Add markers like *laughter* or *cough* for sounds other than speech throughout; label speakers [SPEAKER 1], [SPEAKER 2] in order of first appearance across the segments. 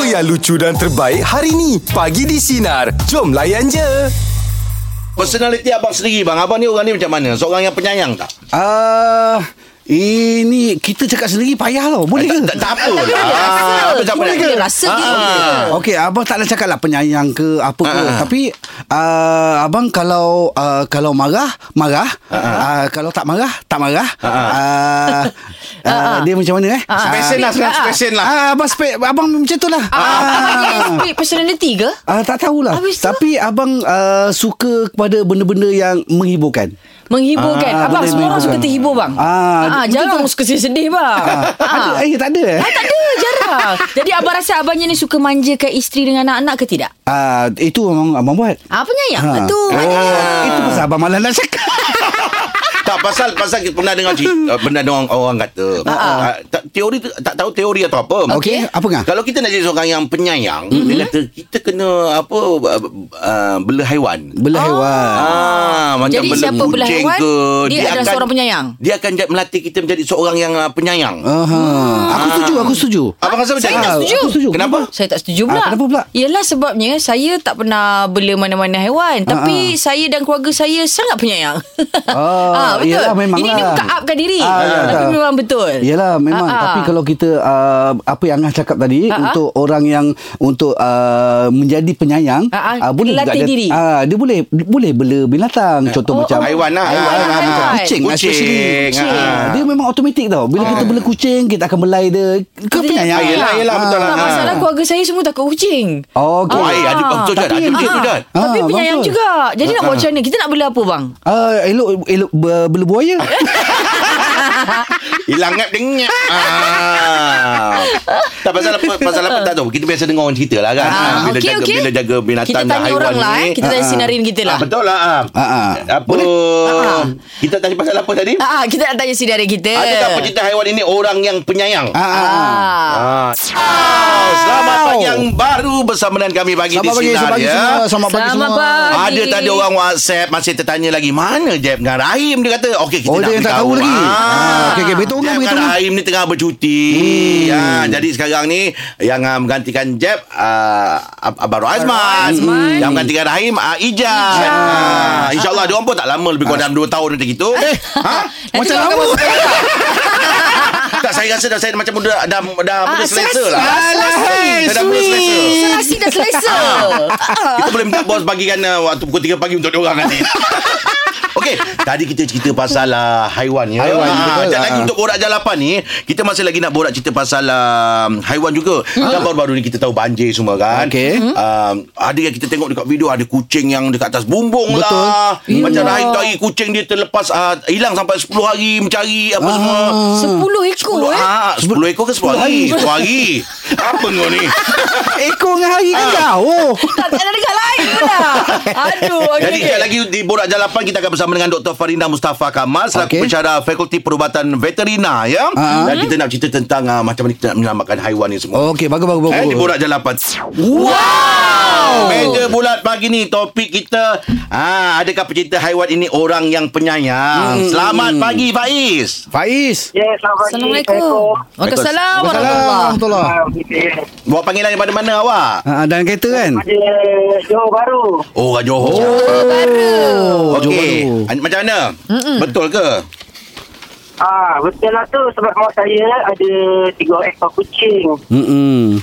[SPEAKER 1] yang lucu dan terbaik hari ni. Pagi di Sinar. Jom layan je.
[SPEAKER 2] Personaliti abang sendiri bang Abang ni orang ni macam mana Seorang yang penyayang tak
[SPEAKER 3] Ah, ini kita cakap sendiri payah tau. Boleh ke?
[SPEAKER 2] Tak, tak apa lah
[SPEAKER 4] Dia rasa.
[SPEAKER 2] Ah, Apa siapa
[SPEAKER 4] Boleh
[SPEAKER 2] nak
[SPEAKER 4] ke? Dia rasa dia
[SPEAKER 2] Ah.
[SPEAKER 3] Okey, abang tak nak cakap lah penyayang ke apa ke.
[SPEAKER 2] Ah.
[SPEAKER 3] Tapi uh, abang kalau uh, kalau marah, marah.
[SPEAKER 2] Ah,
[SPEAKER 3] Uh, kalau tak marah, tak marah.
[SPEAKER 4] *laughs*
[SPEAKER 3] Uh, uh, dia macam mana eh?
[SPEAKER 2] Spesen lah sekarang
[SPEAKER 4] Ah.
[SPEAKER 2] Spesen lah
[SPEAKER 3] Ah, abang spe- abang macam tu lah.
[SPEAKER 4] Ah, Abang ni personality ke?
[SPEAKER 3] Ah, tak tahulah.
[SPEAKER 4] Habis tu?
[SPEAKER 3] Tapi abang uh, suka kepada benda-benda yang menghiburkan.
[SPEAKER 4] Menghiburkan
[SPEAKER 3] Ah,
[SPEAKER 4] kan? Abang
[SPEAKER 3] boleh
[SPEAKER 4] semua orang
[SPEAKER 3] menghiburkan.
[SPEAKER 4] suka terhibur bang
[SPEAKER 3] Ah,
[SPEAKER 4] ah, Jarang orang suka sedih bang
[SPEAKER 3] Ada
[SPEAKER 4] ah.
[SPEAKER 3] eh tak ada eh?
[SPEAKER 4] Ah, tak ada jarang Jadi abang rasa abangnya ni Suka manjakan isteri dengan anak-anak ke tidak?
[SPEAKER 3] Ah, itu abang abang buat.
[SPEAKER 4] Ah, penyayang
[SPEAKER 3] Ah.
[SPEAKER 4] ha. tu
[SPEAKER 3] Oh, itu pasal abang malas nak cakap.
[SPEAKER 2] Tak pasal Pasal kita pernah dengar
[SPEAKER 4] Hmm.
[SPEAKER 2] cerita Pernah dengar orang kata Ah, tak- Teori tu- Tak tahu teori atau apa
[SPEAKER 3] Okey, apa ngah?
[SPEAKER 2] Kalau kita nak jadi seorang yang penyayang
[SPEAKER 4] Hmm.
[SPEAKER 2] Dia kata Kita kena Apa uh, Bela haiwan
[SPEAKER 4] Oh.
[SPEAKER 3] Belah hewan.
[SPEAKER 2] Ah, macam
[SPEAKER 4] Jadi
[SPEAKER 2] bela
[SPEAKER 4] siapa belah
[SPEAKER 2] kucing
[SPEAKER 4] haiwan,
[SPEAKER 2] ke,
[SPEAKER 4] dia adalah seorang penyayang.
[SPEAKER 2] Dia akan jad- melatih kita menjadi seorang yang uh, penyayang. Ah.
[SPEAKER 3] Aha.
[SPEAKER 4] Hmm.
[SPEAKER 3] Aku setuju, aku setuju.
[SPEAKER 2] Abang rasa macam
[SPEAKER 4] Saya
[SPEAKER 2] mana?
[SPEAKER 4] tak setuju.
[SPEAKER 3] Ah. Aku setuju.
[SPEAKER 2] Kenapa?
[SPEAKER 4] Saya tak setuju pula.
[SPEAKER 3] Ah, kenapa pula?
[SPEAKER 4] Yelah sebabnya saya tak pernah bela mana-mana haiwan. Tapi saya dan keluarga saya sangat penyayang. *laughs*
[SPEAKER 3] Ah, yelah, memang
[SPEAKER 4] Ini dia
[SPEAKER 3] lah.
[SPEAKER 4] bukan upkan diri.
[SPEAKER 3] Ah, ya,
[SPEAKER 4] tapi
[SPEAKER 3] tak.
[SPEAKER 4] memang betul.
[SPEAKER 3] Yalah memang
[SPEAKER 4] Ah, ah.
[SPEAKER 3] tapi kalau kita uh, apa yang Angah cakap tadi
[SPEAKER 4] Ah, ah.
[SPEAKER 3] untuk orang yang untuk uh, menjadi penyayang
[SPEAKER 4] Ah, ah,
[SPEAKER 3] boleh juga
[SPEAKER 4] latih
[SPEAKER 3] dia
[SPEAKER 4] diri.
[SPEAKER 3] ah, dia boleh boleh bela binatang contoh
[SPEAKER 4] Oh,
[SPEAKER 3] macam
[SPEAKER 2] Eh.
[SPEAKER 4] oh.
[SPEAKER 2] Haiwan lah.
[SPEAKER 4] Haiwan,
[SPEAKER 2] Ah,
[SPEAKER 4] haiwan.
[SPEAKER 2] macam
[SPEAKER 3] kucing, especially.
[SPEAKER 2] Kucing.
[SPEAKER 3] Kucing.
[SPEAKER 2] ah.
[SPEAKER 3] dia memang automatik tau bila
[SPEAKER 4] Ah.
[SPEAKER 3] kita bela kucing kita akan belai dia ke penyayang
[SPEAKER 2] Ah, yelah, yelah, betul lah.
[SPEAKER 4] Tak
[SPEAKER 2] Ah.
[SPEAKER 4] masalah keluarga saya semua takut kucing.
[SPEAKER 3] Okey.
[SPEAKER 2] Oh, eh,
[SPEAKER 4] Ah.
[SPEAKER 2] ada betul juga. Ada betul juga.
[SPEAKER 3] Ah,
[SPEAKER 4] tapi penyayang
[SPEAKER 3] betul.
[SPEAKER 4] juga. Jadi nak buat macam mana? Kita nak bela apa bang?
[SPEAKER 3] Ah, elok elok ber- bela buaya.
[SPEAKER 2] Ah, Hilang ngap
[SPEAKER 4] *laughs*
[SPEAKER 2] dengar. Ah. Tak pasal apa, pasal apa tak tahu. Kita biasa dengar orang cerita lah kan. Ah, bila
[SPEAKER 4] okey,
[SPEAKER 2] jaga
[SPEAKER 4] okey.
[SPEAKER 2] bila jaga binatang
[SPEAKER 4] Kita
[SPEAKER 2] dan
[SPEAKER 4] tanya
[SPEAKER 2] haiwan
[SPEAKER 4] orang lah
[SPEAKER 2] ni.
[SPEAKER 4] eh. Kita tanya sinarin kita lah.
[SPEAKER 2] Ah, betul lah. Ah.
[SPEAKER 3] Ah, ah.
[SPEAKER 2] Apa? Kita tanya pasal apa tadi?
[SPEAKER 4] Ah, ah, kita nak tanya sinarin kita.
[SPEAKER 2] Ada tak pencinta haiwan ini orang yang penyayang?
[SPEAKER 3] Ah, ah, ah.
[SPEAKER 4] Ah.
[SPEAKER 2] Ah. Selamat pagi yang baru bersama dengan kami pagi di
[SPEAKER 3] Selamat pagi,
[SPEAKER 2] Sinar
[SPEAKER 3] selamat pagi
[SPEAKER 2] ya.
[SPEAKER 3] semua. Selamat pagi
[SPEAKER 4] Selamat
[SPEAKER 3] semua.
[SPEAKER 4] pagi.
[SPEAKER 2] Ada tadi orang WhatsApp masih tertanya lagi mana Jeb dengan Rahim dia kata okey kita
[SPEAKER 3] Oh,
[SPEAKER 2] nak
[SPEAKER 3] dia yang tak
[SPEAKER 2] beritahu.
[SPEAKER 3] tahu lagi. Ah, okey,
[SPEAKER 2] Jeb
[SPEAKER 3] okey, beritahu kan, beritahu Hmm.
[SPEAKER 2] dengan
[SPEAKER 3] kan.
[SPEAKER 2] Rahim ni tengah bercuti. Ya, jadi sekarang ni yang uh, menggantikan Jeb uh, Ab- Abang Azman.
[SPEAKER 4] Azman.
[SPEAKER 2] Yang menggantikan Rahim uh, Ijaz. Ah, InsyaAllah dia orang pun tak lama lebih
[SPEAKER 3] Ah.
[SPEAKER 2] kurang dalam 2 tahun macam gitu. Eh, ha?
[SPEAKER 3] Macam
[SPEAKER 4] Nanti
[SPEAKER 3] lama.
[SPEAKER 2] Tak saya rasa dah saya macam muda dah dah
[SPEAKER 3] Ah,
[SPEAKER 2] muda selesa lah.
[SPEAKER 3] Alah, hai,
[SPEAKER 2] Saya dah mula selesa.
[SPEAKER 4] Serasi dan
[SPEAKER 2] Ah.
[SPEAKER 4] selesa. Ah.
[SPEAKER 2] Kita boleh minta bos bagikan uh, waktu pukul 3 pagi untuk diorang nanti. *laughs* Okey, tadi kita cerita pasal uh, haiwan ya.
[SPEAKER 3] Haiwan, betul.
[SPEAKER 2] dan
[SPEAKER 3] Ah.
[SPEAKER 2] lagi untuk borak jalapan ni, kita masih lagi nak borak cerita pasal uh, haiwan juga. Dan baru-baru ni kita tahu banjir semua kan.
[SPEAKER 3] Hmm. Okey. Hmm.
[SPEAKER 2] Uh, ada yang kita tengok dekat video ada kucing yang dekat atas bumbung
[SPEAKER 3] Betul.
[SPEAKER 2] lah.
[SPEAKER 4] Ya.
[SPEAKER 2] Macam Rahim tu hari kucing dia terlepas uh, hilang sampai 10 hari mencari apa
[SPEAKER 3] Ah.
[SPEAKER 2] semua.
[SPEAKER 4] Sepuluh
[SPEAKER 3] Oh,
[SPEAKER 4] ekor eh.
[SPEAKER 2] Ah, 10 ekor ke 10 hari? 10
[SPEAKER 3] *laughs*
[SPEAKER 2] hari. Apa kau ni?
[SPEAKER 3] Ekor dengan hari kan jauh.
[SPEAKER 4] Tak, tak ada dekat lain pula. Aduh. okey,
[SPEAKER 2] Jadi
[SPEAKER 4] okey.
[SPEAKER 2] sekali lagi di Borak Jalapan kita akan bersama dengan Dr. Farina Mustafa Kamal selaku okay.
[SPEAKER 3] Okey.
[SPEAKER 2] pensyarah Fakulti Perubatan Veterina ya.
[SPEAKER 3] Ah.
[SPEAKER 2] Dan kita nak cerita tentang uh, macam mana kita nak menyelamatkan haiwan ni semua.
[SPEAKER 3] Okey, bagus bagus
[SPEAKER 2] Eh,
[SPEAKER 3] bagus.
[SPEAKER 2] di Borak Jalapan.
[SPEAKER 4] Wow.
[SPEAKER 2] Meja bulat pagi ni topik kita ah adakah pecinta haiwan ini orang yang penyayang. Selamat pagi Faiz.
[SPEAKER 3] Faiz.
[SPEAKER 5] Ya, selamat pagi. Ah,
[SPEAKER 4] Assalamualaikum. Waalaikumsalam warahmatullahi
[SPEAKER 3] Assalamualaikum warahmatullahi
[SPEAKER 5] Assalamualaikum.
[SPEAKER 2] Buat panggilan daripada mana awak?
[SPEAKER 3] Ah, dalam kereta kan?
[SPEAKER 5] Ada Johor Baru.
[SPEAKER 2] Oh, orang Johor.
[SPEAKER 3] Oh,
[SPEAKER 2] Okey.
[SPEAKER 3] Johor.
[SPEAKER 2] An- Macam mana? Betul ke?
[SPEAKER 5] Ah, betul lah tu sebab mak saya ada tiga ekor kucing.
[SPEAKER 3] Hmm.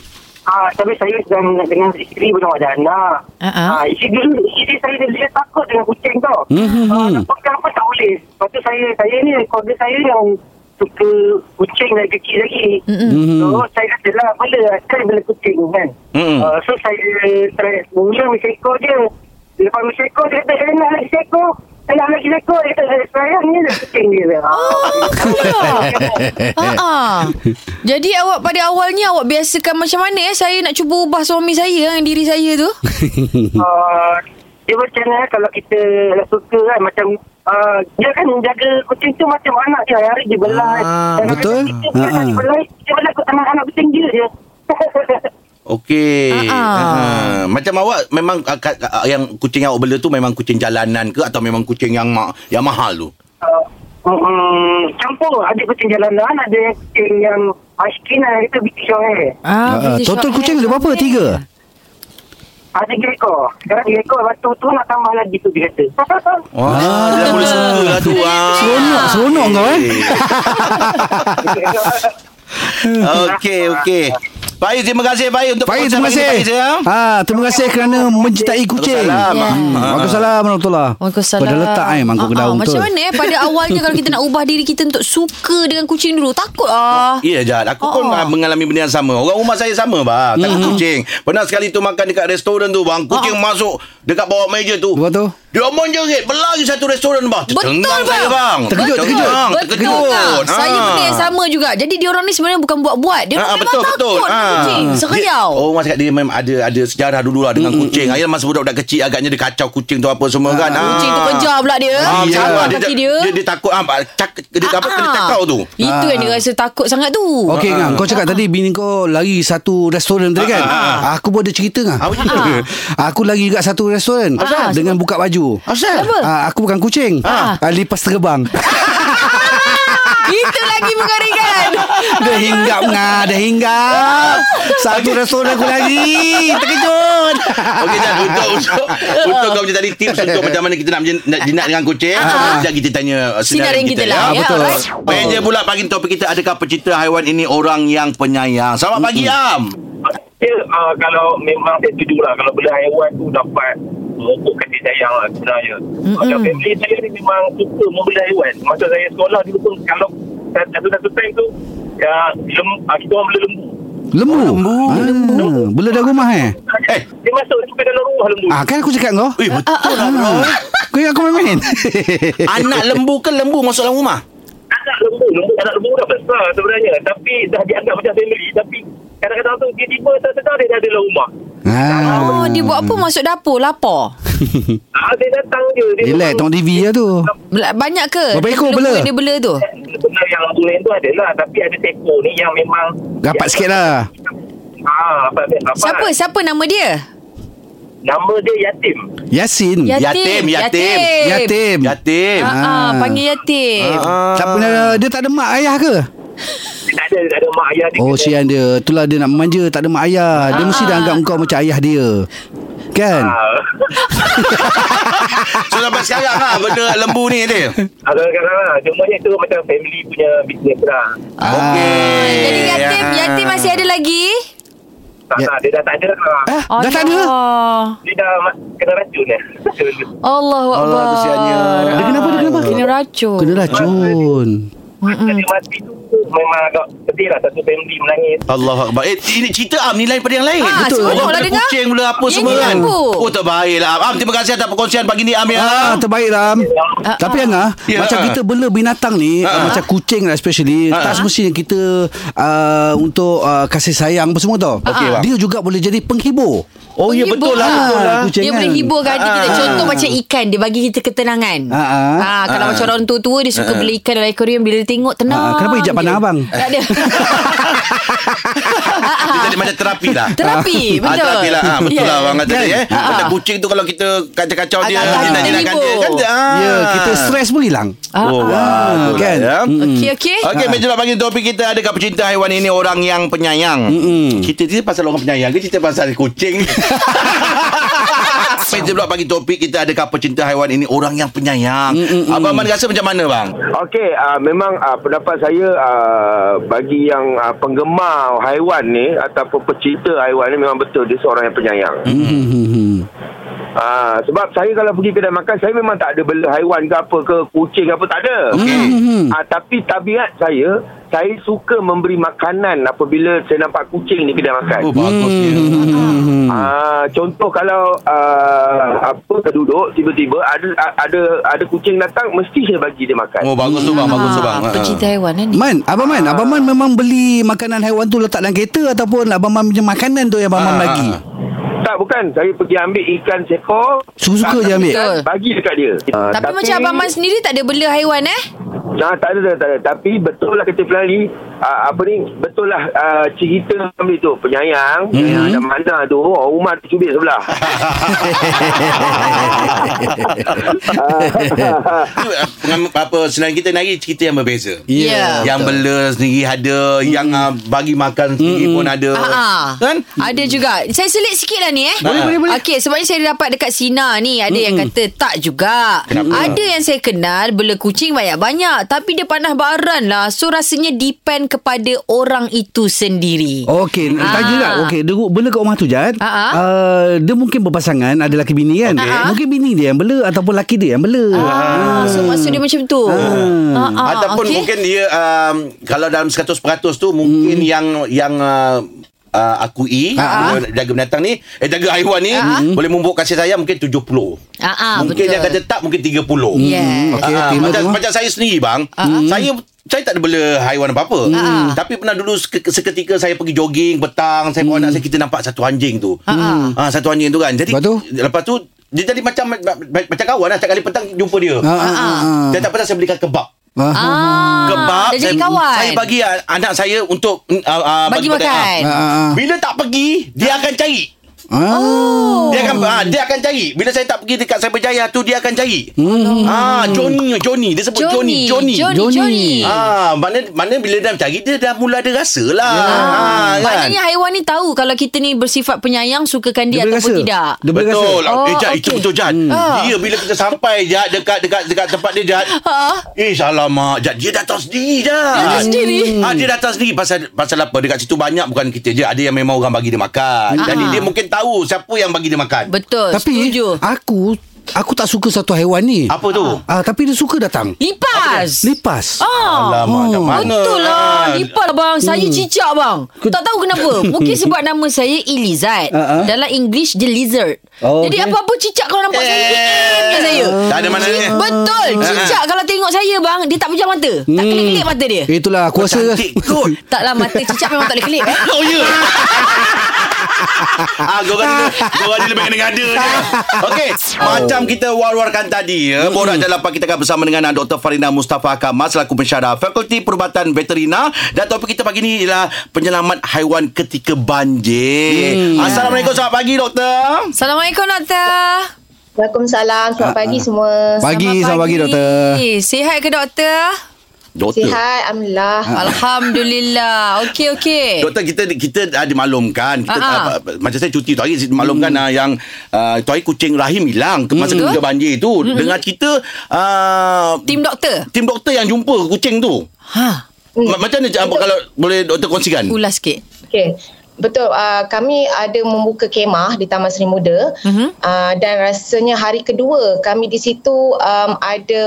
[SPEAKER 5] Ah, tapi saya sedang dengan isteri belum ada anak.
[SPEAKER 4] Uh-uh.
[SPEAKER 5] Ah, isteri dulu isteri saya dia, dia takut dengan kucing tau.
[SPEAKER 3] Mhm.
[SPEAKER 5] Ah, nak pegang pun tak boleh. Lepas tu saya saya ni keluarga saya yang suka kucing dari kecil lagi.
[SPEAKER 3] Mhm.
[SPEAKER 5] So saya kata lah bela asal bela kucing kan.
[SPEAKER 2] Mm-mm.
[SPEAKER 5] Ah, so saya try mula mesekor je. Lepas mesekor dia kata saya nak lagi seekor. Saya nak lagi seekor dia kata saya ni dah kucing dia. Ah.
[SPEAKER 4] Oh,
[SPEAKER 2] Eh,
[SPEAKER 4] Ha ah. Jadi awak pada awalnya awak biasakan macam mana eh saya nak cuba ubah suami saya dengan diri saya tu?
[SPEAKER 3] Hmm.
[SPEAKER 5] uh, dia macam mana kalau kita suka kan macam uh, dia kan jaga kucing tu macam anak dia hari dia belai
[SPEAKER 2] Ah,
[SPEAKER 5] Dan hari
[SPEAKER 3] betul.
[SPEAKER 5] kita, dia
[SPEAKER 3] Ah, ah.
[SPEAKER 5] belai dia belai ke anak-anak kucing dia *laughs* je
[SPEAKER 2] Okey.
[SPEAKER 4] Ah, ah.
[SPEAKER 2] Ah, Macam awak memang ah, ka- ka- ah, yang kucing yang awak bela tu memang kucing jalanan ke atau memang kucing yang ma- yang mahal tu?
[SPEAKER 5] Ah, mm, uh, mm, campur ada lah, kucing jalanan ada kucing yang Ashkin lah Itu British Shorthair
[SPEAKER 3] Ah,
[SPEAKER 4] British
[SPEAKER 3] total
[SPEAKER 4] Shorthair,
[SPEAKER 3] kucing ada berapa?
[SPEAKER 4] Shorthair.
[SPEAKER 3] Tiga?
[SPEAKER 5] Ada tiga ekor Sekarang tiga ekor Lepas tu tu nak tambah lagi tu Dia kata
[SPEAKER 3] *laughs*
[SPEAKER 5] *laughs*
[SPEAKER 2] Wah, ah, dah boleh suka lah tu. Ah.
[SPEAKER 3] Seronok, seronok kau eh.
[SPEAKER 2] Okey, okey. Baik, terima kasih baik untuk
[SPEAKER 3] Baik,
[SPEAKER 2] perkongsian
[SPEAKER 3] terima
[SPEAKER 2] pagi ni, Faiz,
[SPEAKER 3] kasih.
[SPEAKER 2] ya.
[SPEAKER 3] Ah, terima kasih kerana mencintai kucing.
[SPEAKER 2] Waalaikumsalam.
[SPEAKER 4] Ya.
[SPEAKER 3] Hmm, Waalaikumsalam warahmatullahi
[SPEAKER 4] Waalaikumsalam.
[SPEAKER 3] Kau dah letak eh mangkuk
[SPEAKER 4] Ah, ah,
[SPEAKER 3] kedaung tu.
[SPEAKER 4] Macam mana eh Pada awalnya Kalau kita nak ubah diri kita Untuk suka dengan kucing dulu Takut ah
[SPEAKER 2] Ya Jad Aku oh. pun
[SPEAKER 4] Oh.
[SPEAKER 2] ah, mengalami benda yang sama Orang rumah saya sama bah Tak ada
[SPEAKER 3] Mm-hmm.
[SPEAKER 2] kucing Pernah sekali tu makan dekat restoran tu bang Kucing
[SPEAKER 4] Ah.
[SPEAKER 2] masuk Dekat bawah meja tu
[SPEAKER 3] Lepas tu?
[SPEAKER 2] Dia menjerit Berlari satu restoran bang
[SPEAKER 4] Betul
[SPEAKER 2] Tercengang
[SPEAKER 4] bang.
[SPEAKER 2] saya, bang
[SPEAKER 3] Terkejut,
[SPEAKER 2] Tercengang,
[SPEAKER 3] terkejut.
[SPEAKER 4] Betul tak?
[SPEAKER 2] Ah.
[SPEAKER 4] Saya benda yang sama juga Jadi diorang ni sebenarnya Bukan buat-buat Dia
[SPEAKER 2] Ah, ah,
[SPEAKER 4] memang
[SPEAKER 2] betul
[SPEAKER 4] takut
[SPEAKER 2] betul.
[SPEAKER 4] dengan kucing Seriau
[SPEAKER 2] Dia, oh, masa dia memang ada ada sejarah dulu lah dengan kucing. Ayah masa budak-budak kecil agaknya dia kacau kucing tu apa semua kan. Ah.
[SPEAKER 4] Kucing tu kejar pula dia
[SPEAKER 2] Ah,
[SPEAKER 4] Cabut
[SPEAKER 2] sama. dia,
[SPEAKER 4] kaki
[SPEAKER 2] dia,
[SPEAKER 4] dia
[SPEAKER 2] dia, dia takut ah, cak, dia apa kena
[SPEAKER 4] Ah, ah.
[SPEAKER 2] cakau tu.
[SPEAKER 4] Itu yang dia rasa takut sangat tu
[SPEAKER 3] Okey kan, kau cakap tadi bini kau lari satu restoran tadi kan? Aku pun ada cerita kan.
[SPEAKER 2] Ah, macam mana?
[SPEAKER 3] *laughs* Aku lari juga satu restoran
[SPEAKER 4] Asal?
[SPEAKER 3] dengan buka baju.
[SPEAKER 2] Asal?
[SPEAKER 4] Apa?
[SPEAKER 3] Ah, aku bukan kucing.
[SPEAKER 4] Ah.
[SPEAKER 3] Ah, lipas *laughs* terbang.
[SPEAKER 4] Itu lagi mengerikan
[SPEAKER 3] Dia hinggap ngah, dia hinggap. Satu restoran aku lari. Terkejut.
[SPEAKER 2] Okey Jan Untuk Untuk, *laughs* untuk kau punya tadi Tips untuk macam mana Kita nak menjen- nak jinak dengan kucing Sekejap kita tanya uh,
[SPEAKER 4] Ah, Sinarin kita lah
[SPEAKER 3] ya, betul.
[SPEAKER 2] Meja pula pagi ni topik kita Adakah pecinta haiwan ini Orang yang penyayang Selamat pagi Am
[SPEAKER 5] Ya uh, Kalau memang saya setuju lah Kalau bela haiwan tu dapat Merokok kasih sayang lah sebenarnya Macam family saya ni memang Suka membela haiwan Masa saya sekolah dulu pun Kalau Satu-satu time tu ya, lem, uh, Kita orang bela lembu
[SPEAKER 3] Lembu. Lembu. Ah, bela dah rumah eh?
[SPEAKER 2] Eh
[SPEAKER 5] Dia masuk sampai dalam rumah lembu
[SPEAKER 3] Ah, kan aku cakap kau. Ah.
[SPEAKER 2] Eh
[SPEAKER 4] Ah,
[SPEAKER 2] betul lah bro
[SPEAKER 3] Kau ingat aku main-main? *laughs*
[SPEAKER 2] Anak lembu ke lembu Masuk dalam rumah
[SPEAKER 5] anak lembu lembu anak lembu dah besar sebenarnya tapi dah dianggap macam family tapi kadang-kadang tu tiba-tiba tak sedar dia dah ada dalam rumah
[SPEAKER 4] Oh
[SPEAKER 3] Ah.
[SPEAKER 4] dia buat apa Masuk dapur Lapar
[SPEAKER 5] ah, dia datang je dia
[SPEAKER 3] Relax tengok TV lah tu.
[SPEAKER 4] Bela- Banyak ke
[SPEAKER 3] Berapa ekor
[SPEAKER 4] Lembu
[SPEAKER 3] bela?
[SPEAKER 4] yang Dia bela tu
[SPEAKER 5] sebenarnya yang lembu lain tu adalah tapi ada seekor ni yang memang
[SPEAKER 3] Rapat sikit lah.
[SPEAKER 5] ah, apa, apa,
[SPEAKER 4] Siapa Siapa nama dia
[SPEAKER 5] nama dia Yatim
[SPEAKER 3] Yasin.
[SPEAKER 2] Yatim, yatim. Ah,
[SPEAKER 3] Yatim.
[SPEAKER 2] Yatim
[SPEAKER 4] Ah, ah,
[SPEAKER 3] Ah.
[SPEAKER 4] panggil yatim.
[SPEAKER 3] Tak
[SPEAKER 2] eh,
[SPEAKER 3] pernah dia tak ada mak ayah ke?
[SPEAKER 5] dia tak ada, dia tak ada mak ayah dia
[SPEAKER 3] Oh
[SPEAKER 5] kena-
[SPEAKER 3] sian dia Itulah dia nak manja Tak ada mak ayah Dia mesti dah
[SPEAKER 4] Ah.
[SPEAKER 3] anggap kau macam ayah dia Kan
[SPEAKER 5] ah,
[SPEAKER 2] So sampai sekarang lah Benda lembu ni dia
[SPEAKER 5] ada Ah, kadang-kadang cuma itu macam family punya business lah
[SPEAKER 2] Okey
[SPEAKER 4] Ah, Jadi yatim, yatim masih ada lagi?
[SPEAKER 5] tak,
[SPEAKER 3] Ya.
[SPEAKER 5] tak, dia dah tak ada lah
[SPEAKER 3] Ah,
[SPEAKER 4] Oh,
[SPEAKER 3] Dah tak ada
[SPEAKER 4] Allah.
[SPEAKER 5] dia dah ma- kena racun lah
[SPEAKER 4] Allahu Akbar.
[SPEAKER 2] Allah, kesiannya.
[SPEAKER 3] Dia kenapa, dia kenapa?
[SPEAKER 4] Kena racun.
[SPEAKER 3] Kena racun
[SPEAKER 5] *laughs* Masa dia mati tu memang agak sedih lah satu family menangis
[SPEAKER 2] Allah Akbar Eh ini cerita Am Ni lain pada yang lain
[SPEAKER 4] Ah,
[SPEAKER 2] Betul
[SPEAKER 4] seronok
[SPEAKER 2] Orang
[SPEAKER 4] lah
[SPEAKER 2] bela
[SPEAKER 4] dengar.
[SPEAKER 2] kucing Bela apa
[SPEAKER 4] Yang
[SPEAKER 2] semua
[SPEAKER 4] ni
[SPEAKER 2] kan
[SPEAKER 4] lembu.
[SPEAKER 2] Oh terbaik lah Am. Am terima kasih atas perkongsian pagi ni Am ya
[SPEAKER 3] Ah, terbaik Ram
[SPEAKER 5] Ah,
[SPEAKER 3] Tapi yang ah,
[SPEAKER 2] Ya.
[SPEAKER 3] Macam kita bela binatang ni Macam kucing lah especially
[SPEAKER 2] Ah.
[SPEAKER 3] Tak semestinya kita ah, Untuk ah, kasih sayang apa semua tau
[SPEAKER 2] Okey, bang.
[SPEAKER 3] Dia juga boleh jadi penghibur
[SPEAKER 2] Oh ya
[SPEAKER 4] Penghibur.
[SPEAKER 2] betul lah
[SPEAKER 4] Ah,
[SPEAKER 2] betul lah.
[SPEAKER 3] kucing
[SPEAKER 4] dia
[SPEAKER 3] kan.
[SPEAKER 4] boleh hibur kan hati kita
[SPEAKER 2] Ah.
[SPEAKER 4] Contoh macam ikan Dia bagi kita ketenangan
[SPEAKER 3] Ah, ah.
[SPEAKER 4] Ah, Kalau
[SPEAKER 2] Ah.
[SPEAKER 4] macam orang tua-tua Dia suka beli ikan dalam akuarium Bila dia tengok tenang
[SPEAKER 3] Ah, ah. Kenapa hijab
[SPEAKER 4] je.
[SPEAKER 3] pandang abang?
[SPEAKER 4] *laughs* Tak ada
[SPEAKER 2] Dia jadi macam terapi lah
[SPEAKER 4] ah. Terapi
[SPEAKER 2] Ah,
[SPEAKER 4] Betul Ya,
[SPEAKER 2] terapi lah ah, Betul
[SPEAKER 4] Yeah.
[SPEAKER 2] lah abang kata tadi eh
[SPEAKER 4] Ah.
[SPEAKER 2] Macam kucing tu kalau kita kacau-kacau dia
[SPEAKER 4] Agak-agak
[SPEAKER 2] Kita
[SPEAKER 4] kita
[SPEAKER 2] jinakkan
[SPEAKER 4] hibur.
[SPEAKER 2] dia kan dia, ah.
[SPEAKER 3] Ya kita stres pun hilang
[SPEAKER 4] Ah,
[SPEAKER 2] *laughs* Oh, wah,
[SPEAKER 3] Ah,
[SPEAKER 2] betul
[SPEAKER 3] kan?
[SPEAKER 2] lah, ya.
[SPEAKER 4] Okey okey
[SPEAKER 2] Okey, meja pula pagi ni topik kita adakah pecinta haiwan ini orang yang penyayang? Mm-mm. Kita cerita pasal orang penyayang ke cerita pasal kucing? *laughs* meja pula pagi topik kita adakah pecinta haiwan ini orang yang penyayang? Abang Man rasa macam mana bang?
[SPEAKER 6] Okey, uh, memang uh, pendapat saya uh, bagi yang uh, penggemar haiwan ni ataupun pecinta haiwan ni memang betul dia seorang yang penyayang.
[SPEAKER 3] Hmm, hmm, hmm.
[SPEAKER 6] Uh, sebab saya kalau pergi kedai makan saya memang tak ada bela haiwan ke apa ke kucing ke apa tak ada.
[SPEAKER 2] Okey.
[SPEAKER 6] Uh, tapi tabiat saya saya suka memberi makanan apabila saya nampak kucing di kedai makan.
[SPEAKER 2] Oh, bagusnya.
[SPEAKER 3] Hmm.
[SPEAKER 6] Ah, contoh kalau uh, apa duduk tiba-tiba ada ada ada kucing datang mesti saya bagi dia makan.
[SPEAKER 2] Oh, bagus tu bang, bagus tu bang.
[SPEAKER 4] Ah, Pecinta
[SPEAKER 2] *laughs*
[SPEAKER 4] haiwan kan ni
[SPEAKER 3] Man, Abang Man, Abang Man memang beli makanan haiwan tu letak dalam kereta ataupun Abang Man punya makanan tu yang Abang Man
[SPEAKER 2] Ah,
[SPEAKER 3] bagi?
[SPEAKER 2] ah.
[SPEAKER 6] Tak bukan Saya pergi ambil ikan seekor
[SPEAKER 3] Suka-suka je ambil?
[SPEAKER 4] Betul.
[SPEAKER 6] Bagi dekat dia uh,
[SPEAKER 4] tapi, macam Abang Man sendiri Tak ada bela haiwan eh
[SPEAKER 6] Nah, Ah, tak ada, tak ada, tak ada. Tapi betul lah kata Filali, uh, apa ni, betul lah uh, cerita kami tu. Penyayang, penyayang dan mana tu, orang rumah tu cubit sebelah. *laughs*
[SPEAKER 2] Itu, ah, pengam- apa senang kita nari cerita yang berbeza.
[SPEAKER 4] Ya.
[SPEAKER 2] Yang bela sendiri ada, yang ah, bagi makan sendiri pun ada.
[SPEAKER 4] Ah,
[SPEAKER 2] Kan?
[SPEAKER 4] Ada juga. Saya selit sikit lah ni eh.
[SPEAKER 2] Boleh, boleh,
[SPEAKER 4] boleh. Okey, sebabnya saya dapat dekat Sina ni. Ada yang kata tak juga.
[SPEAKER 2] Kenapa?
[SPEAKER 4] Ada yang saya kenal bela kucing banyak-banyak. Tapi dia panah baran lah. So rasanya depend kepada orang itu sendiri.
[SPEAKER 2] Oh.
[SPEAKER 3] Okey,
[SPEAKER 4] Ah.
[SPEAKER 3] tanya lah. Okey, dia bela kat rumah tu Jad.
[SPEAKER 4] Ah, ah.
[SPEAKER 3] Uh, dia mungkin berpasangan, ada laki bini kan.
[SPEAKER 4] Okey.
[SPEAKER 3] Mungkin bini dia yang bela ataupun laki dia yang bela.
[SPEAKER 4] Ah, so maksud dia macam tu. Ah, ah,
[SPEAKER 2] Ataupun
[SPEAKER 4] okey.
[SPEAKER 2] mungkin dia um, kalau dalam 100% tu mungkin
[SPEAKER 4] Hmm.
[SPEAKER 2] yang yang uh, uh, akui
[SPEAKER 4] Ah,
[SPEAKER 2] uh jaga binatang ni eh jaga haiwan ni boleh membuat kasih sayang mungkin 70.
[SPEAKER 4] Ah, ah,
[SPEAKER 2] mungkin
[SPEAKER 4] betul.
[SPEAKER 2] dia kata tak mungkin 30.
[SPEAKER 4] Yes.
[SPEAKER 3] Okey,
[SPEAKER 2] Ah,
[SPEAKER 3] terima
[SPEAKER 2] macam,
[SPEAKER 3] tu.
[SPEAKER 2] macam saya sendiri bang, saya saya tak ada bela haiwan apa-apa. Hmm.
[SPEAKER 4] Ah.
[SPEAKER 2] Tapi pernah dulu seke- seketika saya pergi jogging petang, saya bawa anak saya kita nampak satu anjing tu.
[SPEAKER 4] Hmm.
[SPEAKER 2] Ah,
[SPEAKER 4] Ah.
[SPEAKER 2] satu anjing tu kan. Jadi
[SPEAKER 3] Lepas tu?
[SPEAKER 2] lepas tu dia jadi macam macam kawan lah. Setiap kali petang jumpa dia.
[SPEAKER 3] Ah, ah, ah.
[SPEAKER 2] Dan tak pernah saya belikan kebab
[SPEAKER 3] Ah.
[SPEAKER 4] Ah,
[SPEAKER 2] kebab
[SPEAKER 4] Dah jadi
[SPEAKER 2] saya,
[SPEAKER 4] kawan.
[SPEAKER 2] saya bagi ah, anak saya untuk mm, ah, ah,
[SPEAKER 4] Bagi
[SPEAKER 2] pada-
[SPEAKER 4] makan.
[SPEAKER 3] Ah, ah,
[SPEAKER 2] ah.
[SPEAKER 3] ah.
[SPEAKER 2] bila tak pergi dia akan cari
[SPEAKER 4] Oh.
[SPEAKER 2] dia akan ah, dia akan cari bila saya tak pergi dekat Cyberjaya tu dia akan cari hmm. ah Johnny Johnny dia sebut Johnny Johnny,
[SPEAKER 4] Johnny. Johnny.
[SPEAKER 3] Johnny.
[SPEAKER 4] Johnny.
[SPEAKER 2] Ah, mana mana bila dia cari dia dah mula ada rasa lah. Ah, kan?
[SPEAKER 4] Ya. Maknanya haiwan ni tahu kalau kita ni bersifat penyayang sukakan
[SPEAKER 3] Dia
[SPEAKER 4] dia,
[SPEAKER 3] boleh
[SPEAKER 4] ataupun
[SPEAKER 3] rasa.
[SPEAKER 4] tidak.
[SPEAKER 3] Dia boleh rasa.
[SPEAKER 2] Betul.
[SPEAKER 4] Oh,
[SPEAKER 2] Oh, eh, Jad,
[SPEAKER 4] okey.
[SPEAKER 2] itu betul Jad.
[SPEAKER 4] Ah.
[SPEAKER 2] Dia bila kita sampai Jad dekat dekat dekat tempat dia Jad.
[SPEAKER 4] *laughs* Ah.
[SPEAKER 2] Ish, alamak. Jad, dia datang sendiri Jad.
[SPEAKER 4] Dia datang sendiri?
[SPEAKER 2] Ah, dia datang sendiri pasal pasal apa? Dekat situ banyak bukan kita je. Ada yang memang orang bagi dia makan. Jadi
[SPEAKER 4] Ah.
[SPEAKER 2] dia mungkin tahu siapa yang bagi dia makan.
[SPEAKER 4] Betul.
[SPEAKER 3] Tapi
[SPEAKER 4] Oh,
[SPEAKER 3] Ah.
[SPEAKER 4] setuju.
[SPEAKER 3] aku aku tak suka satu haiwan ni.
[SPEAKER 2] Apa tu?
[SPEAKER 3] Ah, tapi dia suka datang.
[SPEAKER 4] Lipas.
[SPEAKER 3] Lipas.
[SPEAKER 4] Ah.
[SPEAKER 2] Alamak, kat mana?
[SPEAKER 4] Betul lah
[SPEAKER 2] Ah.
[SPEAKER 4] Lipas lah bang Saya
[SPEAKER 3] Hmm.
[SPEAKER 4] cicak bang Tak tahu kenapa Mungkin
[SPEAKER 3] *laughs*
[SPEAKER 4] sebab nama saya Ilizat
[SPEAKER 3] Ah, ah.
[SPEAKER 4] Dalam English Dia lizard
[SPEAKER 3] Oh,
[SPEAKER 4] Jadi
[SPEAKER 3] okey.
[SPEAKER 4] apa-apa cicak Kalau nampak saya
[SPEAKER 2] Eh.
[SPEAKER 4] eh, Kat saya
[SPEAKER 2] Tak ada maknanya.
[SPEAKER 4] Betul
[SPEAKER 2] Ah, ah.
[SPEAKER 4] Cicak kalau tengok saya bang Dia tak pejam mata Tak
[SPEAKER 3] Hmm.
[SPEAKER 4] kelip-kelip mata dia
[SPEAKER 3] Itulah aku rasa
[SPEAKER 2] Cantik
[SPEAKER 3] *laughs*
[SPEAKER 2] kot.
[SPEAKER 3] Eh.
[SPEAKER 4] Taklah mata cicak Memang tak boleh kelip eh?
[SPEAKER 2] Oh, ya. *laughs* ah, korang ni, korang ni lebih kena ngada je. Okey, macam kita war-warkan tadi ya. Borak jalan pagi kita akan bersama dengan ah, Dr. Farina Mustafa Kamal selaku pensyarah Fakulti Perubatan Veterina dan topik kita pagi ni ialah penyelamat haiwan ketika banjir.
[SPEAKER 4] Mm.
[SPEAKER 2] Assalamualaikum, selamat pagi doktor.
[SPEAKER 4] Assalamualaikum Doktor
[SPEAKER 7] Waalaikumsalam. Selamat pagi
[SPEAKER 3] Ah,
[SPEAKER 7] semua.
[SPEAKER 3] Pagi, selamat pagi, doktor.
[SPEAKER 4] Sihat ke doktor?
[SPEAKER 2] Doktor.
[SPEAKER 7] Sihat, Alhamdulillah.
[SPEAKER 3] Ah.
[SPEAKER 4] Alhamdulillah Okey okey
[SPEAKER 2] Doktor kita kita ada dimaklumkan kita
[SPEAKER 4] Ah, ah.
[SPEAKER 2] uh,
[SPEAKER 4] Mm.
[SPEAKER 2] macam saya cuti tu hari dimaklumkan uh, yang uh, tu hari kucing rahim hilang ke- masa
[SPEAKER 4] Betul.
[SPEAKER 2] ketika banjir tu dengan kita uh,
[SPEAKER 4] Tim doktor
[SPEAKER 2] tim doktor yang jumpa kucing tu.
[SPEAKER 4] Ha
[SPEAKER 2] Ma- Macam mana cakap kalau boleh doktor kongsikan?
[SPEAKER 4] Ulas sikit
[SPEAKER 7] Okey. Betul, uh, kami ada membuka kemah di Taman Seri Muda
[SPEAKER 4] Mhm.
[SPEAKER 7] uh, dan rasanya hari kedua kami di situ um, ada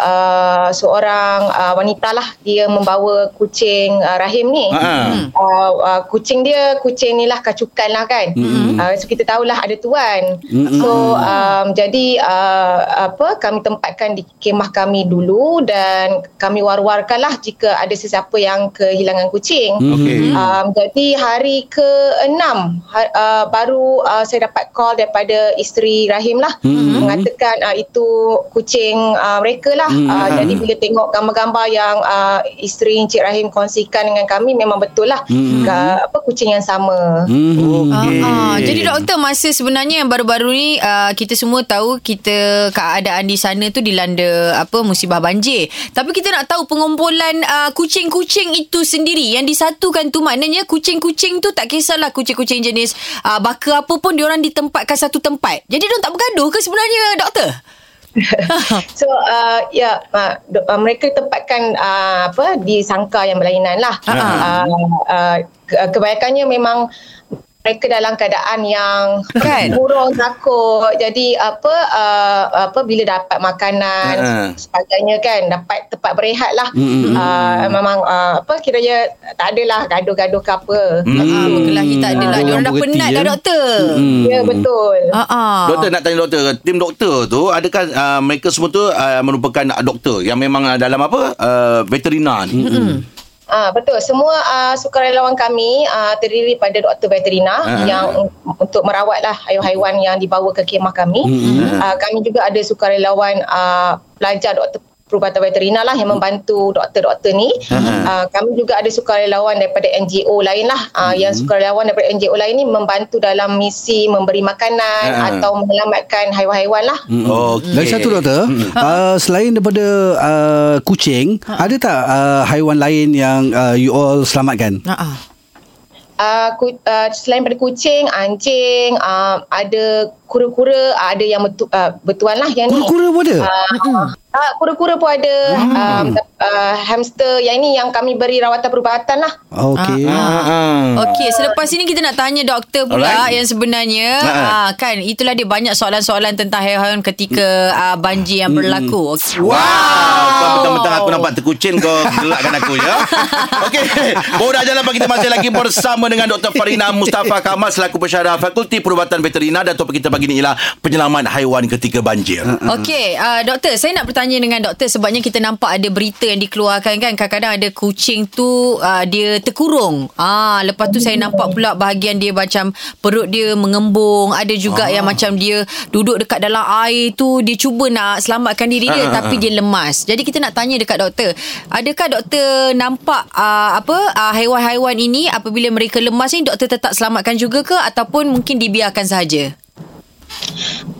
[SPEAKER 7] uh, seorang uh, wanita lah dia membawa kucing uh, rahim ni.
[SPEAKER 2] Ha.
[SPEAKER 7] Uh, uh, kucing dia, kucing ni lah kacukan lah kan. Uh, so kita tahulah ada tuan. So um, jadi uh, apa kami tempatkan di kemah kami dulu dan kami war-warkan lah jika ada sesiapa yang kehilangan kucing.
[SPEAKER 2] Okey.
[SPEAKER 7] Um, jadi hari ke-6 ha- uh, baru uh, saya dapat call daripada isteri Rahim lah mm-hmm. mengatakan uh, itu kucing uh, mereka lah. Mm-hmm. Uh, jadi bila tengok gambar-gambar yang uh, isteri Encik Rahim kongsikan dengan kami memang betul lah mm-hmm. uh, apa kucing yang sama. Mm.
[SPEAKER 4] Okay. Ah, jadi doktor masa sebenarnya yang baru-baru ni uh, kita semua tahu kita keadaan di sana tu dilanda apa musibah banjir. Tapi kita nak tahu pengumpulan uh, kucing-kucing itu sendiri yang disatukan tu maknanya kucing-kucing tu tak kisahlah kucing-kucing jenis uh, baka apa pun diorang ditempatkan satu tempat. Jadi diorang tak bergaduh ke sebenarnya doktor?
[SPEAKER 7] So uh, ya uh, do- uh, mereka tempatkan uh, apa di sangka yang berlainan lah. Uh, uh, ke- kebanyakannya memang mereka dalam keadaan yang
[SPEAKER 4] Kan?
[SPEAKER 7] burung takut. Jadi apa uh, apa bila dapat makanan
[SPEAKER 2] Ha.
[SPEAKER 7] sebagainya kan dapat tempat berehat lah. Uh, memang uh, apa kiranya tak adalah gaduh-gaduh ke apa. Hmm.
[SPEAKER 4] Ah, berkelahi tak adalah.
[SPEAKER 3] Orang
[SPEAKER 4] Diorang dah
[SPEAKER 3] berhenti,
[SPEAKER 4] penat dah
[SPEAKER 3] ya?
[SPEAKER 4] doktor.
[SPEAKER 7] Ya betul.
[SPEAKER 4] Ah, ah.
[SPEAKER 2] Doktor nak tanya doktor, tim doktor tu adakah uh, mereka semua tu uh, merupakan doktor yang memang uh, dalam apa? Uh, veterina ni. Mm-hmm.
[SPEAKER 7] Ah betul semua uh, sukarelawan kami uh, terdiri pada doktor veterina
[SPEAKER 2] Ah.
[SPEAKER 7] yang un- untuk lah merawatlah
[SPEAKER 2] Mm-hmm.
[SPEAKER 7] Ah, haiwan-haiwan yang dibawa ke kemah kami. Uh, kami juga ada sukarelawan uh, ah, pelajar doktor perubatan veterina lah yang membantu doktor-doktor ni.
[SPEAKER 2] Ah,
[SPEAKER 7] Uh, kami juga ada sukarelawan daripada NGO lain lah. Uh,
[SPEAKER 2] Mm-hmm.
[SPEAKER 7] Yang sukarelawan daripada NGO lain ni membantu dalam misi memberi makanan
[SPEAKER 2] Ha.
[SPEAKER 7] atau menyelamatkan haiwan-haiwan lah.
[SPEAKER 2] Okey.
[SPEAKER 3] Lagi satu doktor, uh, selain daripada uh, kucing, ada tak uh, haiwan lain yang uh, you all selamatkan?
[SPEAKER 4] Ha.
[SPEAKER 7] Uh, ku, uh, selain daripada kucing, anjing, uh, ada kura-kura, uh, ada yang betu, uh, betuan lah yang ni.
[SPEAKER 3] Kura-kura pun ada?
[SPEAKER 7] Uh, uh, kura-kura pun ada. Um, uh, hamster yang ni yang kami beri rawatan perubatan lah.
[SPEAKER 3] Okey.
[SPEAKER 2] ah.
[SPEAKER 4] Okey, selepas ini kita nak tanya doktor pula
[SPEAKER 2] Hmm. Alright.
[SPEAKER 4] Alright. yang sebenarnya
[SPEAKER 2] Ha, ha.
[SPEAKER 4] ah, kan itulah dia banyak soalan-soalan tentang haiwan ketika ah, banjir yang
[SPEAKER 2] Hmm.
[SPEAKER 4] berlaku. Okey.
[SPEAKER 2] Wow, wow. Bentang-bentang aku nampak terkucin Kau gelakkan aku ya Okey Borak jalan pagi kita masih lagi Bersama dengan Dr. Farina Mustafa Kamal Selaku pensyarah Fakulti Perubatan Veterina Dan topik kita pagi ni ialah Penyelamat haiwan ketika banjir
[SPEAKER 4] Okey, uh, doktor, saya nak bertanya dengan doktor sebabnya kita nampak ada berita yang dikeluarkan kan kadang-kadang ada kucing tu uh, dia terkurung. Ah, lepas tu saya nampak pula bahagian dia macam perut dia mengembung, ada
[SPEAKER 2] Ah.
[SPEAKER 4] juga yang macam dia duduk dekat dalam air tu dia cuba nak selamatkan diri dia
[SPEAKER 2] Ah, ah,
[SPEAKER 4] tapi dia lemas. Jadi kita nak tanya dekat doktor, adakah doktor nampak uh, apa uh, haiwan-haiwan ini apabila mereka lemas ni doktor tetap selamatkan juga ke ataupun mungkin dibiarkan saja?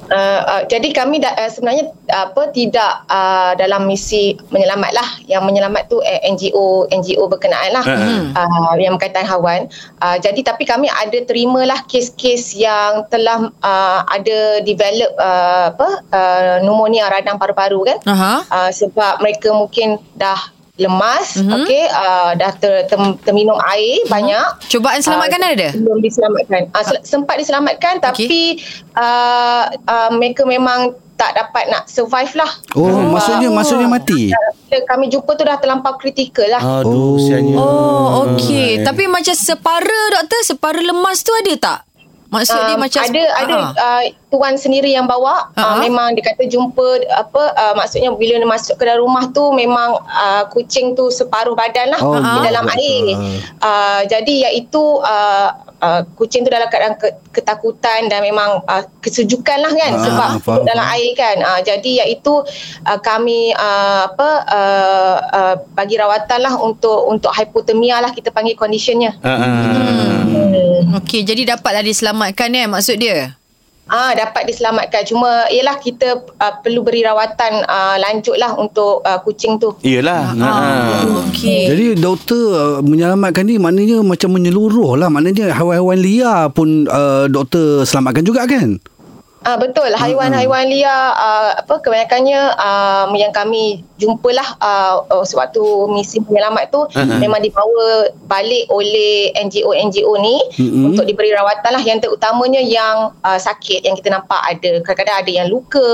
[SPEAKER 7] Uh, uh, jadi kami da, uh, sebenarnya uh, apa tidak uh, dalam misi menyelamat lah. Yang menyelamat tu eh, NGO NGO berkenaan lah
[SPEAKER 2] Hmm.
[SPEAKER 7] uh, yang berkaitan hawan. Uh, jadi tapi kami ada terimalah kes-kes yang telah uh, ada develop uh, apa uh, pneumonia radang paru-paru kan.
[SPEAKER 4] Aha.
[SPEAKER 7] Uh, sebab mereka mungkin dah lemas, mm-hmm. okey, uh, dah ter, ter, terminum air mm-hmm. banyak.
[SPEAKER 4] Cubaan selamatkan
[SPEAKER 7] Ah,
[SPEAKER 4] ada?
[SPEAKER 7] Belum diselamatkan. Uh, sel- sempat diselamatkan tapi uh, uh, mereka memang tak dapat nak survive lah.
[SPEAKER 3] Oh, maksudnya maksudnya mati. Ah.
[SPEAKER 7] Bila Kami jumpa tu dah terlampau kritikal lah.
[SPEAKER 3] Aduh, sianya.
[SPEAKER 4] Oh, okey. Tapi macam separa doktor, separa lemas tu ada tak? Maksud dia
[SPEAKER 7] Um,
[SPEAKER 4] macam
[SPEAKER 7] ada ada
[SPEAKER 4] Ah.
[SPEAKER 7] uh, tuan sendiri yang bawa
[SPEAKER 4] Ah.
[SPEAKER 7] uh memang dia kata jumpa apa uh, maksudnya bila dia masuk ke dalam rumah tu memang uh, kucing tu separuh badan lah
[SPEAKER 3] Oh,
[SPEAKER 7] di
[SPEAKER 3] ya.
[SPEAKER 7] dalam air uh, jadi iaitu uh, uh, kucing tu dalam keadaan ke- ketakutan dan memang uh, kesejukan lah kan
[SPEAKER 3] Ah,
[SPEAKER 7] sebab
[SPEAKER 3] faham,
[SPEAKER 7] dalam
[SPEAKER 3] faham.
[SPEAKER 7] air kan uh, jadi iaitu uh, kami uh, apa uh, uh, bagi rawatan lah untuk untuk hipotermia lah kita panggil conditionnya
[SPEAKER 4] Ah. Okey, jadi dapatlah diselamatkan eh maksud dia.
[SPEAKER 7] Ah dapat diselamatkan cuma ialah kita uh, perlu beri rawatan uh, lanjut lah untuk uh, kucing tu.
[SPEAKER 2] Iyalah
[SPEAKER 4] Ah, okey.
[SPEAKER 3] Jadi doktor uh, menyelamatkan ni maknanya macam menyeluruh lah. Maknanya haiwan-haiwan liar pun uh, doktor selamatkan juga kan?
[SPEAKER 7] Ah betul haiwan-haiwan liar uh, apa kebanyakannya uh, yang kami jumpalah uh, uh, sewaktu misi penyelamat tu memang dibawa balik oleh NGO-NGO ni untuk diberi rawatan lah yang terutamanya yang uh, sakit yang kita nampak ada kadang-kadang ada yang luka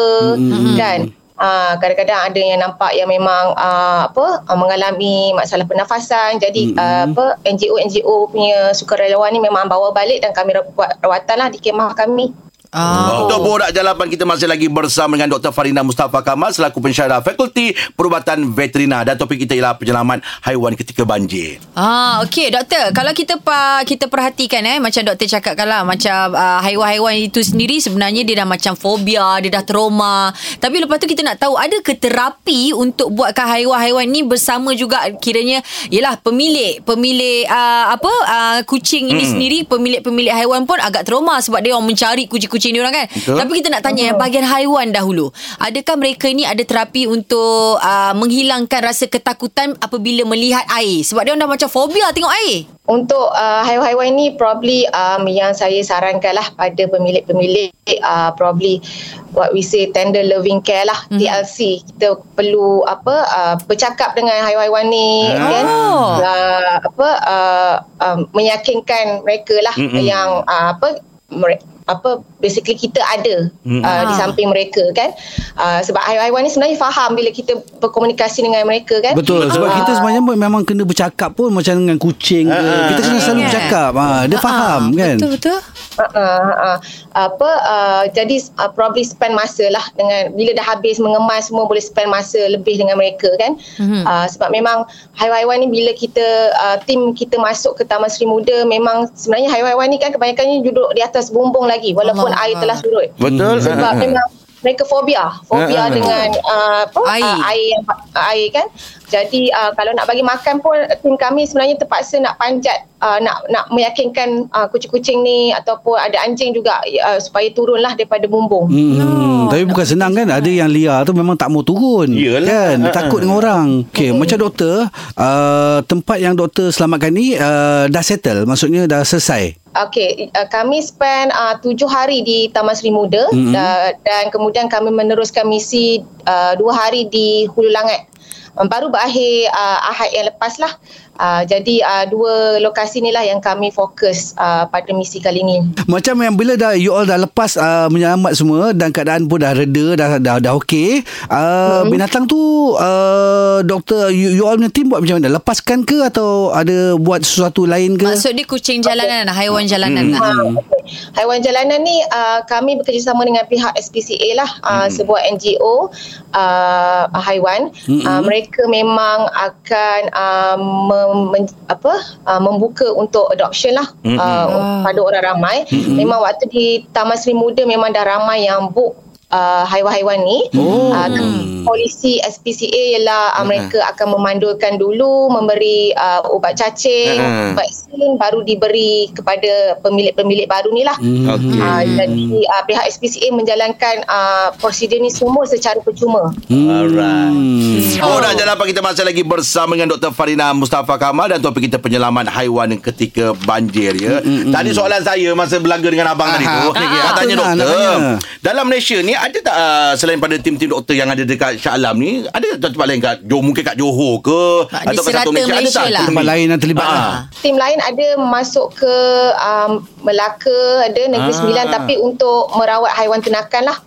[SPEAKER 7] kan Ah, kadang-kadang ada yang nampak yang memang ah, apa ah, mengalami masalah pernafasan. Jadi ah, apa NGO NGO punya sukarelawan ni memang bawa balik dan kami ra- buat rawatan lah di kemah kami.
[SPEAKER 4] Ah.
[SPEAKER 2] Untuk borak jalapan kita masih lagi bersama dengan Dr. Farina Mustafa Kamal selaku pensyarah Fakulti Perubatan Veterina dan topik kita ialah penyelamat haiwan ketika banjir.
[SPEAKER 4] Ah, okey doktor. Kalau kita pa, kita perhatikan eh macam doktor cakapkan lah macam uh, haiwan-haiwan itu sendiri sebenarnya dia dah macam fobia, dia dah trauma. Tapi lepas tu kita nak tahu ada ke terapi untuk buatkan haiwan-haiwan ni bersama juga kiranya ialah pemilik, pemilik uh, apa uh, kucing ini sendiri, pemilik-pemilik haiwan pun agak trauma sebab dia orang mencari kucing-kucing dia orang kan.
[SPEAKER 2] Betul.
[SPEAKER 4] Tapi kita nak tanya yang bahagian haiwan dahulu. Adakah mereka ni ada terapi untuk uh, menghilangkan rasa ketakutan apabila melihat air? Sebab dia orang dah macam fobia tengok air.
[SPEAKER 7] Untuk uh, haiwan-haiwan ni probably um, yang saya sarankan lah pada pemilik-pemilik uh, probably what we say tender loving care lah
[SPEAKER 3] Mhm.
[SPEAKER 7] mm. TLC kita perlu apa uh, bercakap dengan haiwan-haiwan ni
[SPEAKER 2] Ah.
[SPEAKER 7] kan
[SPEAKER 3] Oh.
[SPEAKER 7] uh, apa uh, um, meyakinkan mereka lah mm yang uh, apa mere- apa basically kita ada mm. uh,
[SPEAKER 4] Ah.
[SPEAKER 7] di samping mereka kan uh, sebab haiwan-haiwan ni sebenarnya faham bila kita berkomunikasi dengan mereka kan
[SPEAKER 3] Betul sebab
[SPEAKER 7] Ah.
[SPEAKER 3] kita sebenarnya pun memang kena bercakap pun macam dengan kucing ke. Kita kena selalu
[SPEAKER 4] Kan?
[SPEAKER 3] bercakap. Ha, dia faham
[SPEAKER 4] Ah,
[SPEAKER 3] kan?
[SPEAKER 4] Betul betul.
[SPEAKER 7] uh, apa uh, jadi uh, probably spend masa lah dengan bila dah habis mengemas semua boleh spend masa lebih dengan mereka kan mm-hmm. uh, sebab memang haiwan-haiwan ni bila kita uh, tim kita masuk ke Taman Seri Muda memang sebenarnya haiwan-haiwan ni kan kebanyakannya duduk di atas bumbung lagi walaupun
[SPEAKER 4] Allah
[SPEAKER 7] air
[SPEAKER 4] Allah.
[SPEAKER 7] telah surut
[SPEAKER 2] Betul.
[SPEAKER 7] sebab memang mereka fobia
[SPEAKER 2] Ah,
[SPEAKER 7] fobia
[SPEAKER 2] ah.
[SPEAKER 7] dengan uh, apa
[SPEAKER 4] Air.
[SPEAKER 7] ah, air yang ah, air kan jadi uh, kalau nak bagi makan pun tim kami sebenarnya terpaksa nak panjat uh, nak nak meyakinkan uh, kucing-kucing ni ataupun ada anjing juga uh, supaya turunlah daripada bumbung
[SPEAKER 3] Hmm, tapi bukan senang kan Ada yang liar tu memang tak mau turun
[SPEAKER 2] Yelah.
[SPEAKER 3] kan?
[SPEAKER 2] Ha-ha.
[SPEAKER 3] Takut dengan orang okay, Macam doktor uh, Tempat yang doktor selamatkan ni uh, Dah settle Maksudnya dah selesai
[SPEAKER 7] Okey, uh, kami spend uh, tujuh hari di Taman Seri Muda mm-hmm. uh, dan kemudian kami meneruskan misi uh, dua hari di Hulu Langat. Um, baru berakhir uh, Ahad yang lepas lah. Uh, jadi uh, dua lokasi inilah yang kami fokus uh, pada misi kali ini.
[SPEAKER 3] Macam yang bila dah you all dah lepas uh, menyelamat semua dan keadaan pun dah reda dah dah dah okey. Uh, binatang tu uh, doktor you, you all punya team buat macam mana? Lepaskan ke atau ada buat sesuatu lain ke?
[SPEAKER 4] Maksud dia kucing jalanan Haiwan jalanan lah.
[SPEAKER 7] Ah, okey. Haiwan jalanan ni uh, kami bekerjasama dengan pihak SPCA lah uh, sebuah NGO uh, haiwan uh, mereka memang akan uh, mem, men- apa uh, membuka untuk adoption lah uh, pada orang ramai memang waktu di Taman Seri Muda memang dah ramai yang book Uh, haiwan-haiwan ni oh. uh, polisi SPCA ialah uh, mereka akan memandulkan dulu memberi uh, ubat cacing
[SPEAKER 2] Ah.
[SPEAKER 7] vaksin baru diberi kepada pemilik-pemilik baru ni lah
[SPEAKER 2] Okey.
[SPEAKER 7] Ah, jadi ah, pihak SPCA menjalankan ah, prosedur ni semua secara percuma.
[SPEAKER 2] Alright.
[SPEAKER 3] Hmm.
[SPEAKER 2] Oh, Orang jalan apa kita masih lagi bersama dengan Dr. Farina Mustafa Kamal dan topik kita penyelaman haiwan ketika banjir ya. Tadi soalan saya masa berlaga dengan abang
[SPEAKER 3] Hmm, Aha,
[SPEAKER 2] tadi tu,
[SPEAKER 3] okey, okey.
[SPEAKER 2] saya tanya
[SPEAKER 3] Betul lah,
[SPEAKER 2] doktor.
[SPEAKER 3] nak
[SPEAKER 2] Dalam Malaysia ni ada tak uh, selain pada tim-tim doktor yang ada dekat Shah Alam ni, ada tak tempat lain kat Johor mungkin kat Johor ke
[SPEAKER 4] Ah, di serata Malaysia lah.
[SPEAKER 3] Tempat lain yang terlibat
[SPEAKER 2] Ah.
[SPEAKER 3] lah.
[SPEAKER 7] Tim lain ada masuk ke um, Melaka, ada
[SPEAKER 2] Ah.
[SPEAKER 7] Negeri Sembilan tapi untuk merawat haiwan ternakan lah.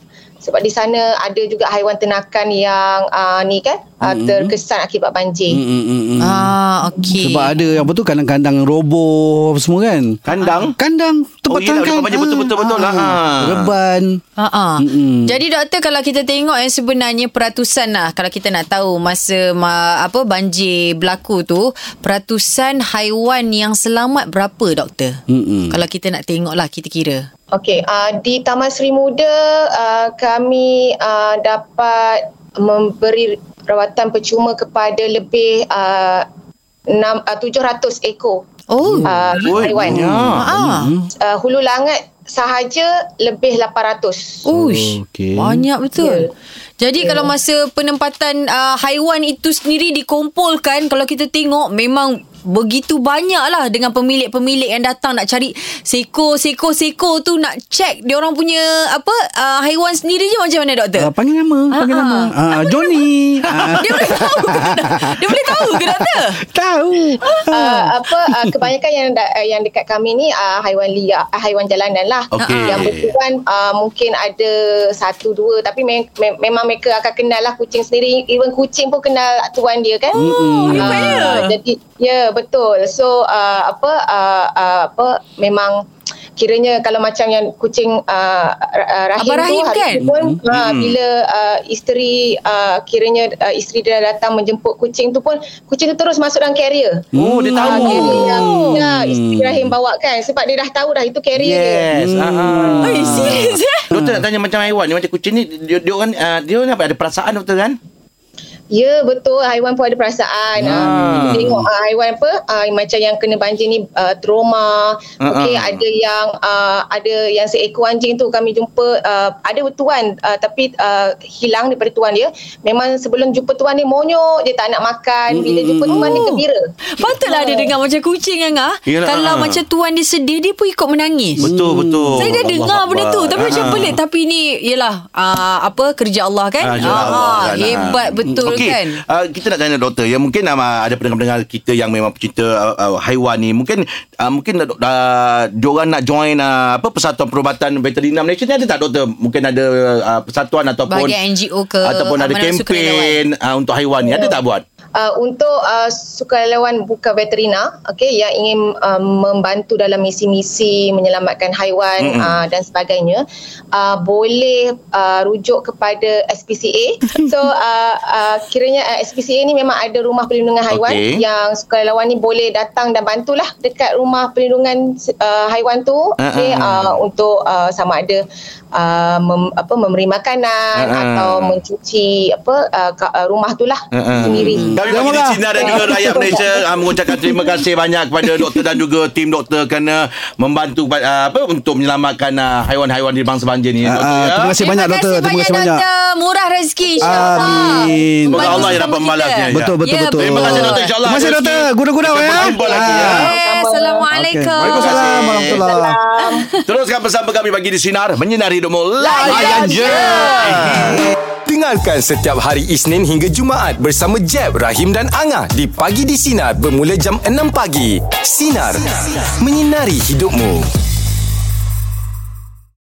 [SPEAKER 7] Sebab di sana ada juga haiwan ternakan yang ah, ni kan ah, terkesan akibat banjir.
[SPEAKER 3] Mm, mm, mm.
[SPEAKER 4] Ah, okey.
[SPEAKER 3] Sebab ada apa tu kandang-kandang roboh apa semua kan?
[SPEAKER 2] Kandang?
[SPEAKER 3] Kandang tempat
[SPEAKER 2] Oh, yelah,
[SPEAKER 3] tangkai.
[SPEAKER 2] dekat banjir, betul, betul, betul lah. Ah.
[SPEAKER 3] Reban.
[SPEAKER 4] Ha
[SPEAKER 3] Mm-mm.
[SPEAKER 4] Jadi doktor kalau kita tengok yang sebenarnya peratusan lah kalau kita nak tahu masa ma, apa banjir berlaku tu peratusan haiwan yang selamat berapa doktor?
[SPEAKER 3] Mm-mm.
[SPEAKER 4] Kalau kita nak tengok lah kita kira.
[SPEAKER 7] Okey, ah, di Taman Seri Muda ah, kami ah, dapat memberi rawatan percuma kepada lebih uh, 6 uh, 700 ekor
[SPEAKER 4] Oh.
[SPEAKER 7] uh, haiwan.
[SPEAKER 4] Ah.
[SPEAKER 7] Uh, hulu langat sahaja lebih 800.
[SPEAKER 4] Uish,
[SPEAKER 3] Okey.
[SPEAKER 4] banyak betul. Jadi kalau masa penempatan uh, haiwan itu sendiri dikumpulkan kalau kita tengok memang begitu banyak lah dengan pemilik-pemilik yang datang nak cari seko seko seko tu nak check dia orang punya apa uh, haiwan sendiri je macam mana doktor?
[SPEAKER 3] Uh, panggil nama, panggil
[SPEAKER 4] Eh. Ah,
[SPEAKER 3] nama.
[SPEAKER 4] ah.
[SPEAKER 3] Uh, Johnny. Ah,
[SPEAKER 4] Dia boleh tahu ke doktor? Dia boleh tahu ke doktor?
[SPEAKER 3] Tahu.
[SPEAKER 7] Uh, apa uh, kebanyakan yang da- uh, yang dekat kami ni uh, haiwan liar, uh, haiwan jalanan lah.
[SPEAKER 2] Okey.
[SPEAKER 7] Yang berkurang uh, mungkin ada satu dua tapi me- me- memang mereka akan kenal lah kucing sendiri. Even kucing pun kenal tuan dia kan. Oh, uh, jadi ya yeah, betul. So uh, apa uh, uh, apa memang kiranya kalau macam yang kucing uh, ra- uh, rahim
[SPEAKER 4] Abang
[SPEAKER 7] tu
[SPEAKER 4] Rahim
[SPEAKER 7] hari
[SPEAKER 4] kan?
[SPEAKER 7] tu pun ha, bila uh, isteri uh, kiranya uh, isteri dia datang menjemput kucing tu pun kucing tu terus masuk dalam carrier.
[SPEAKER 2] Oh,
[SPEAKER 3] Hmm.
[SPEAKER 2] dia tahu.
[SPEAKER 7] Ah, carrier yang
[SPEAKER 2] Hmm.
[SPEAKER 7] ya, isteri Rahim bawa kan sebab dia dah tahu dah itu carrier dia.
[SPEAKER 2] Yes. Hmm.
[SPEAKER 4] Oh, serius eh?
[SPEAKER 2] Doktor nak tanya macam haiwan ni macam kucing ni dia dia orang uh, dia orang apa ada perasaan doktor kan?
[SPEAKER 7] Ya betul haiwan pun ada perasaan.
[SPEAKER 2] Ah.
[SPEAKER 7] Ah. Tengok ah, haiwan apa ah, macam yang kena banjir ni ah, trauma. Mungkin
[SPEAKER 2] ah.
[SPEAKER 7] ada yang ah, ada yang seekor anjing tu kami jumpa ah, ada tuan ah, tapi ah, hilang daripada tuan dia. Memang sebelum jumpa tuan dia monyok dia tak nak makan. Bila jumpa tuan dia gembira.
[SPEAKER 4] Patutlah dia dengar macam kucing Angah.
[SPEAKER 2] Yelah,
[SPEAKER 4] Kalau
[SPEAKER 2] ah.
[SPEAKER 4] macam tuan dia sedih dia pun ikut menangis.
[SPEAKER 2] Betul betul.
[SPEAKER 4] Saya dah
[SPEAKER 2] Oh, Allah
[SPEAKER 4] dengar benda tu
[SPEAKER 2] Akbar.
[SPEAKER 4] Tapi macam
[SPEAKER 2] Ah.
[SPEAKER 4] pelik Tapi ni Yelah uh, Apa kerja Allah kan
[SPEAKER 2] Ah,
[SPEAKER 4] ah,
[SPEAKER 2] je lah, Allah kan.
[SPEAKER 4] Hebat
[SPEAKER 2] Ah.
[SPEAKER 4] betul
[SPEAKER 2] Okey,
[SPEAKER 4] kan
[SPEAKER 2] ah, kita nak tanya doktor ya mungkin um, ah, ada pendengar-pendengar kita yang memang pecinta uh, uh, haiwan ni mungkin uh, mungkin uh, diorang nak join uh, apa persatuan perubatan veterina Malaysia ni ada tak doktor mungkin ada uh, persatuan ataupun
[SPEAKER 4] Bahagian NGO ke
[SPEAKER 2] ataupun ada
[SPEAKER 4] Amanah Sukarelawan.
[SPEAKER 2] kempen uh, untuk haiwan ni ada tak buat
[SPEAKER 7] uh, untuk uh, sukarelawan buka veterina okey yang ingin uh, membantu dalam misi-misi menyelamatkan haiwan uh, dan sebagainya uh, boleh uh, rujuk kepada
[SPEAKER 2] *laughs*
[SPEAKER 7] SPCA so uh, uh, kiranya uh, SPCA ni memang ada rumah perlindungan haiwan
[SPEAKER 2] Okey.
[SPEAKER 7] okay. yang sukarelawan ni boleh datang dan bantulah dekat rumah perlindungan uh, haiwan tu
[SPEAKER 2] Ah,
[SPEAKER 7] okey uh, untuk uh, sama ada uh, mem, apa memberi makanan
[SPEAKER 2] Ah, ah.
[SPEAKER 7] atau mencuci apa uh, ka- uh, rumah tu lah
[SPEAKER 2] Ah, ah.
[SPEAKER 7] sendiri
[SPEAKER 2] Kami bagi di
[SPEAKER 3] Janganlah.
[SPEAKER 2] Cina dan juga rakyat Malaysia uh, mengucapkan terima kasih banyak kepada doktor dan juga tim doktor kerana membantu uh, apa untuk menyelamatkan uh, haiwan-haiwan di bangsa banjir ni.
[SPEAKER 3] Ah,
[SPEAKER 2] doktor,
[SPEAKER 3] ah,
[SPEAKER 2] ya.
[SPEAKER 3] terima kasih banyak doktor. Terima kasih banyak.
[SPEAKER 4] doktor. Murah rezeki insyaAllah.
[SPEAKER 3] Amin.
[SPEAKER 2] Semoga
[SPEAKER 4] Bantu
[SPEAKER 2] Allah yang
[SPEAKER 4] sesama
[SPEAKER 2] dapat
[SPEAKER 4] kita.
[SPEAKER 2] membalasnya.
[SPEAKER 3] Betul betul
[SPEAKER 4] Ya,
[SPEAKER 3] betul.
[SPEAKER 4] Terima kasih, doktor. Ah,
[SPEAKER 2] InsyaAllah.
[SPEAKER 3] Terima kasih doktor. Gurau-gurau
[SPEAKER 2] Kita
[SPEAKER 3] ya.
[SPEAKER 2] berjumpa lagi, ya.
[SPEAKER 4] Eh, Assalamualaikum.
[SPEAKER 3] Okay. Waalaikumsalam
[SPEAKER 2] Terima kasih.
[SPEAKER 3] warahmatullahi.
[SPEAKER 2] Teruskan bersama kami bagi di Sinar Menyinari Hidupmu Layan
[SPEAKER 4] Layan
[SPEAKER 2] je
[SPEAKER 1] Dengarkan setiap hari Isnin hingga Jumaat bersama Jeb, Rahim dan Angah di Pagi di Sinar bermula jam 6 pagi. Sinar. Menyinari hidupmu.